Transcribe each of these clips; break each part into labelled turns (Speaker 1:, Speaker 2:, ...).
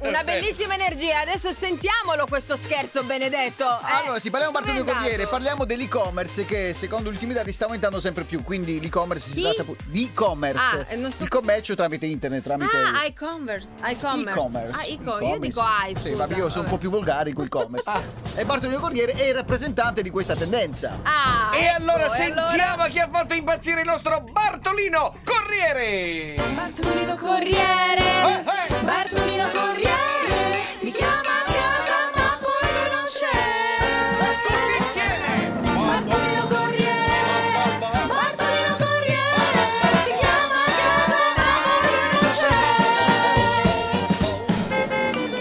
Speaker 1: Una bellissima energia. Adesso sentiamolo questo scherzo benedetto. Eh,
Speaker 2: Allora, sì, parliamo parte
Speaker 1: com'è
Speaker 2: del Corriere,
Speaker 1: andato?
Speaker 2: parliamo dell'e-commerce che secondo gli ultimi dati sta aumentando sempre più, quindi l'e-commerce si
Speaker 1: Chi?
Speaker 2: tratta pu- di
Speaker 1: Ah,
Speaker 2: e-commerce,
Speaker 1: eh, non so
Speaker 2: il
Speaker 1: cosa-
Speaker 2: commercio tramite internet, tramite
Speaker 1: Ah, e-commerce. E-commerce. Ah, e-commerce. Io dico
Speaker 2: e-commerce.
Speaker 1: i,
Speaker 2: Sì,
Speaker 1: scusa.
Speaker 2: vabbè, io sono un po' più volgare con e-commerce. Ah, E Bartolomeo Corriere è il rappresentante di questa tendenza.
Speaker 1: Ah,
Speaker 3: E
Speaker 1: ecco,
Speaker 3: allora
Speaker 1: e
Speaker 3: sentiamo chi ha fatto impazzire il nostro Bartolino Corriere!
Speaker 4: Bartolino
Speaker 1: Corriere.
Speaker 2: Eh, eh!
Speaker 4: Bartolino Corriere mi chiama a casa ma poi lui non c'è.
Speaker 3: Tutti insieme!
Speaker 4: Bartolino Corriere, Bartolino Corriere ti chiama a casa ma poi lui non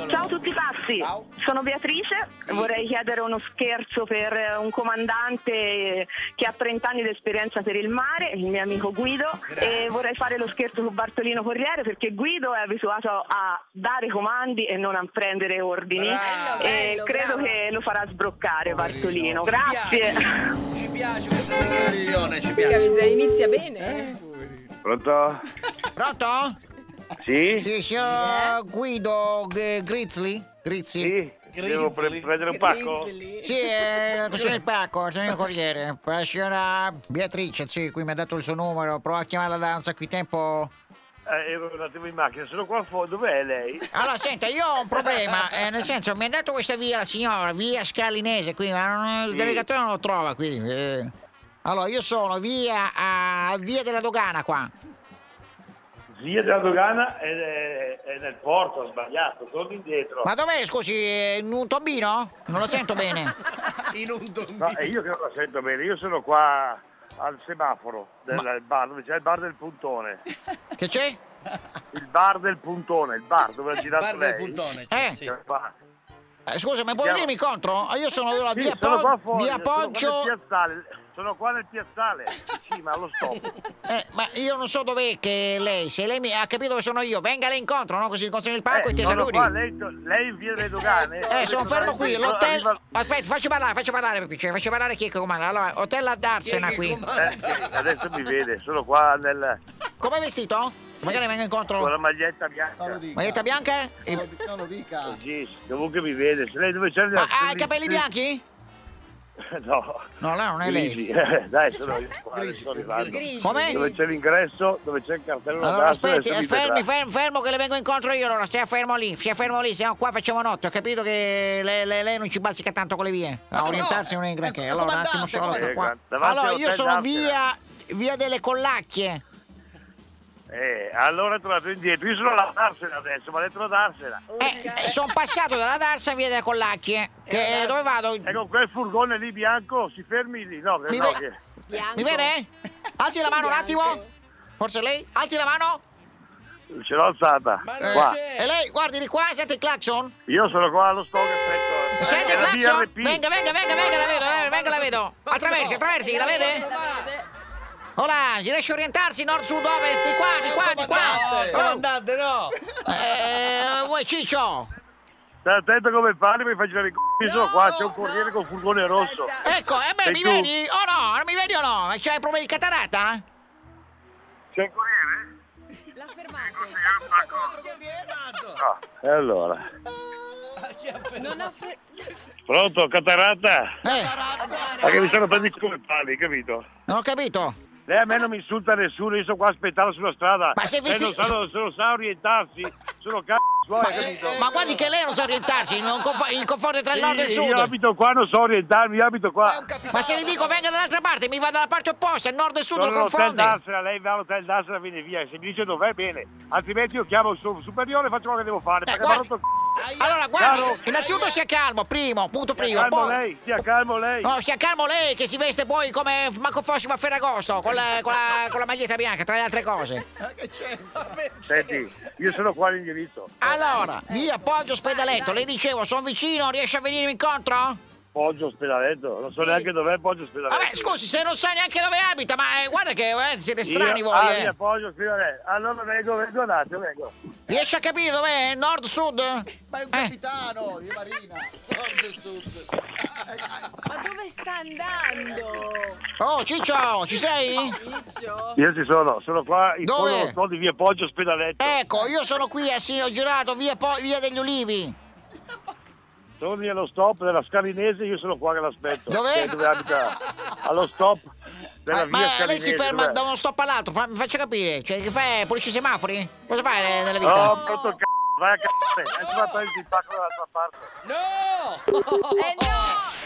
Speaker 4: c'è.
Speaker 5: Ciao a tutti pazzi,
Speaker 2: Ciao.
Speaker 5: sono Beatrice e vorrei chiedere uno scherzo per eh, un comandante eh, che ha 30 anni di esperienza per il mare, il mio amico Guido, e vorrei fare lo scherzo con Bartolino Corriere perché Guido è abituato a dare comandi e non a prendere ordini
Speaker 3: Bravo.
Speaker 6: Eh,
Speaker 1: Bello,
Speaker 5: e
Speaker 1: bello,
Speaker 5: credo
Speaker 1: bravo.
Speaker 5: che lo farà sbroccare
Speaker 2: Poverino.
Speaker 5: Bartolino.
Speaker 3: Ci
Speaker 5: Grazie.
Speaker 3: piace, Ci piace questa segnalazione, ci
Speaker 1: Mica
Speaker 3: piace.
Speaker 1: miseria, inizia bene. eh.
Speaker 7: Pronto?
Speaker 6: Pronto?
Speaker 7: Sì?
Speaker 6: Sì, signor Guido eh, Grizzly? Grizzly?
Speaker 7: Sì? Devo pre- prendere un pacco?
Speaker 1: Grizzly.
Speaker 6: Sì, eh, sono il Pacco, sono il Corriere. La signora Beatrice, sì, qui mi ha dato il suo numero. Prova a chiamarla da un sacco di tempo.
Speaker 7: Eh, ero un attimo in macchina, sono qua fuori. Dov'è lei?
Speaker 6: Allora, senta, io ho un problema. eh, nel senso, mi ha dato questa via la signora, via Scalinese, qui, ma non- il
Speaker 7: Sì.
Speaker 6: delegatore non lo trova qui. eh. Allora, io sono via, a, via della dogana qua.
Speaker 7: Via della dogana è, è- è nel porto, ho sbagliato, torni indietro.
Speaker 6: Ma dov'è, scusi, eh, in un tombino? Non lo sento bene.
Speaker 3: In un
Speaker 7: No,
Speaker 3: dominio.
Speaker 7: è io che non la sento bene, io sono qua al semaforo del del bar, dove c'è il bar del puntone.
Speaker 6: Che c'è?
Speaker 7: Il bar del puntone, il bar dove ha girato
Speaker 3: Bar del
Speaker 7: lei.
Speaker 3: puntone.
Speaker 6: Eh?
Speaker 3: sì.
Speaker 7: Il bar.
Speaker 6: Eh, scusa, ma puoi
Speaker 7: Andiamo.
Speaker 6: venirmi incontro? Ah, Io sono della
Speaker 7: Sì,
Speaker 6: via,
Speaker 7: sono qua
Speaker 6: Po-
Speaker 7: fuori,
Speaker 6: via
Speaker 7: sono qua nel
Speaker 6: Poggio.
Speaker 7: piazzale, sono qua nel piazzale, in cima allo stop.
Speaker 6: Eh, ma io non so dov'è che lei, se lei mi ha capito dove sono io, venga lei incontro, no? Così consegno il pacco
Speaker 7: Eh,
Speaker 6: e ti
Speaker 7: sono
Speaker 6: saluti.
Speaker 7: qua, lei, lei in via delle dogane.
Speaker 6: Eh, sono fermo qui, l'hotel...
Speaker 7: Arriva-
Speaker 6: Aspetta, faccio parlare, faccio parlare, per piacere, faccio parlare chi è che comanda. Allora, hotel a Darsena
Speaker 3: Chi è che
Speaker 6: qui.
Speaker 3: comanda?
Speaker 7: Eh, sì, adesso mi vede, sono qua nel,
Speaker 6: Come è vestito? Magari venga
Speaker 7: con
Speaker 6: incontro...
Speaker 7: la maglietta bianca.
Speaker 2: Non lo dica.
Speaker 6: Maglietta bianca?
Speaker 3: Eh,
Speaker 6: E-
Speaker 2: Non lo di- non lo dica.
Speaker 7: Sì, comunque mi vede, se lei dove c'è...
Speaker 6: Ma Ah, ha
Speaker 3: eh,
Speaker 6: i capelli bianchi?
Speaker 7: No,
Speaker 6: No, là non è lei.
Speaker 7: grigi. Eh, Dai, sono io qua,
Speaker 2: Grigi.
Speaker 7: sto arrivando.
Speaker 1: Grigi.
Speaker 6: Com'è?
Speaker 7: Dove c'è l'ingresso, dove c'è il cartello da
Speaker 6: Allora,
Speaker 7: basso,
Speaker 6: aspetti,
Speaker 7: adesso mi
Speaker 6: eh, fermi,
Speaker 7: vedrà.
Speaker 6: fermi, fermo che le vengo incontro io allora, stia fermo lì, stia fermo lì, siamo qua, facciamo notte, ho capito che lei, lei- lei non ci bazzica tanto con le vie,
Speaker 2: Ma
Speaker 6: a
Speaker 2: no,
Speaker 6: orientarsi non è in granché,
Speaker 2: eh,
Speaker 6: allora un
Speaker 2: comandante,
Speaker 6: attimo solo, sto
Speaker 7: comandante.
Speaker 6: qua.
Speaker 7: Eh, davanti
Speaker 6: Allora,
Speaker 7: all'hotel
Speaker 6: io sono
Speaker 7: d'Ampera.
Speaker 6: via, via delle collacchie,
Speaker 7: Eh, allora è tornato indietro, io sono alla darsela adesso, ma detto a darsela.
Speaker 6: eh, sono passato dalla Darsa a via delle collacchie,
Speaker 7: Eh,
Speaker 6: che, dove vado?
Speaker 7: E con quel furgone lì bianco si fermi lì, no, che
Speaker 6: Mi
Speaker 7: no,
Speaker 6: ve-
Speaker 7: che...
Speaker 1: Bianco.
Speaker 6: Mi vede? Alzi la mano un
Speaker 1: Bianco.
Speaker 6: attimo, forse lei, alzi la mano,
Speaker 7: Ce l'ho alzata.
Speaker 3: Ma
Speaker 6: Eh,
Speaker 3: non
Speaker 7: Qua.
Speaker 6: e
Speaker 3: c'è!
Speaker 6: lei guardi di qua, sente il clacson?
Speaker 7: Io sono qua allo stock aspetto.
Speaker 6: Sente il
Speaker 7: Eh, la
Speaker 6: clacson?
Speaker 7: BRP.
Speaker 6: Venga, venga, venga, venga, la vedo, eh, venga, la vedo, attraversi, attraversi, la vede? Hola, si riesce a orientarsi nord, sud, ovest, di qua, di qua, di
Speaker 3: No,
Speaker 6: qua. Oh,
Speaker 3: comandante, no!
Speaker 6: eh, vuoi Ciccio?
Speaker 7: Stai attento come parli, mi fai girare i c***i, sono qua, c'è un corriere con furgone rosso.
Speaker 6: Ecco, eh beh,
Speaker 7: Sei
Speaker 6: mi
Speaker 7: tu?
Speaker 6: vedi o no? Non mi vedi o no? C'hai problemi di catarata?
Speaker 7: C'è il corriere?
Speaker 1: L'ha fermato.
Speaker 7: No. E allora?
Speaker 1: Non ha fer-
Speaker 7: Pronto, catarata?
Speaker 6: Eh,
Speaker 7: Ma che mi stanno prendendo come parli, capito?
Speaker 6: non ho capito.
Speaker 7: Lei a me non mi insulta nessuno, io sono qua a aspettare sulla strada.
Speaker 6: Ma se vi
Speaker 7: Lei
Speaker 6: si-
Speaker 7: non sa, non- se non sa orientarsi, sono c***o suoi, capito?
Speaker 6: Ma guardi che lei non sa orientarsi, non confo- in confonde tra il
Speaker 7: Sì,
Speaker 6: eh, nord e il
Speaker 7: Io
Speaker 6: sud.
Speaker 7: abito qua, non so orientarmi, io abito qua.
Speaker 6: Ma se le dico venga dall'altra parte, mi va dalla parte opposta, il nord e il sud
Speaker 7: Sono
Speaker 6: lo
Speaker 7: all'hotel
Speaker 6: confonde.
Speaker 7: Darsena, lei va all'hotel Darsena viene via. Se mi dice dov'è, bene. Altrimenti io chiamo il suo superiore e faccio quello che devo fare. perché
Speaker 6: guarda-
Speaker 7: mi ha rotto il c***o.
Speaker 6: Allora, guardi,
Speaker 7: Chiaro?
Speaker 6: innanzitutto sia calmo, primo, punto primo.
Speaker 7: Stia calmo
Speaker 6: Poi,
Speaker 7: lei, stia calmo lei.
Speaker 6: No, stia calmo lei che si veste poi come Marco fossimo a Ferragosto, con la, con la- con la maglietta bianca, tra le altre cose.
Speaker 7: Senti, io sono qua all'indirizzo.
Speaker 6: Allora, via Poggio Spedaletto, le dicevo, sono vicino, riesce a venirmi incontro?
Speaker 7: Poggio Ospedaletto, non so neanche dov'è Poggio Ospedaletto.
Speaker 6: Vabbè, scusi, se non sa neanche dove abita, ma eh, guarda che eh, siete strani
Speaker 7: Io-
Speaker 6: voi,
Speaker 7: Ah,
Speaker 6: eh.
Speaker 7: via Poggio Ospedaletto. Allora vengo, vengo un attimo, vengo.
Speaker 6: Riesci a capire dov'è? Nord, sud?
Speaker 2: Ma è un
Speaker 6: Eh,
Speaker 2: capitano di marina.
Speaker 1: Ma dove sta andando?
Speaker 6: oh, Ciccio, ci sei? Oh,
Speaker 1: Ciccio?
Speaker 7: Io ci sono, sono qua in
Speaker 6: Dove?
Speaker 7: fondo allo sto di via Poggio Ospedaletto.
Speaker 6: Ecco, io sono qui a Sino Girato, via, Po- via degli Ulivi.
Speaker 7: Sono lì allo stop della Scalinese, io sono qua che l'aspetto.
Speaker 6: Dov'è?
Speaker 7: Eh, Dove abita? Allo stop della
Speaker 6: Eh, Ma,
Speaker 7: via
Speaker 6: ma
Speaker 7: Scalinese.
Speaker 6: lei si ferma
Speaker 7: dov'è?
Speaker 6: da uno stop all'altro, fa- mi faccia capire. Cioè, che fai? Pulisci i semafori? Cosa fai eh, nella vita?
Speaker 7: Oh, pronto il
Speaker 6: oh,
Speaker 7: c***o, vai a c***o, e si va a il pacco dall'altra parte.
Speaker 3: No!
Speaker 1: Eh no!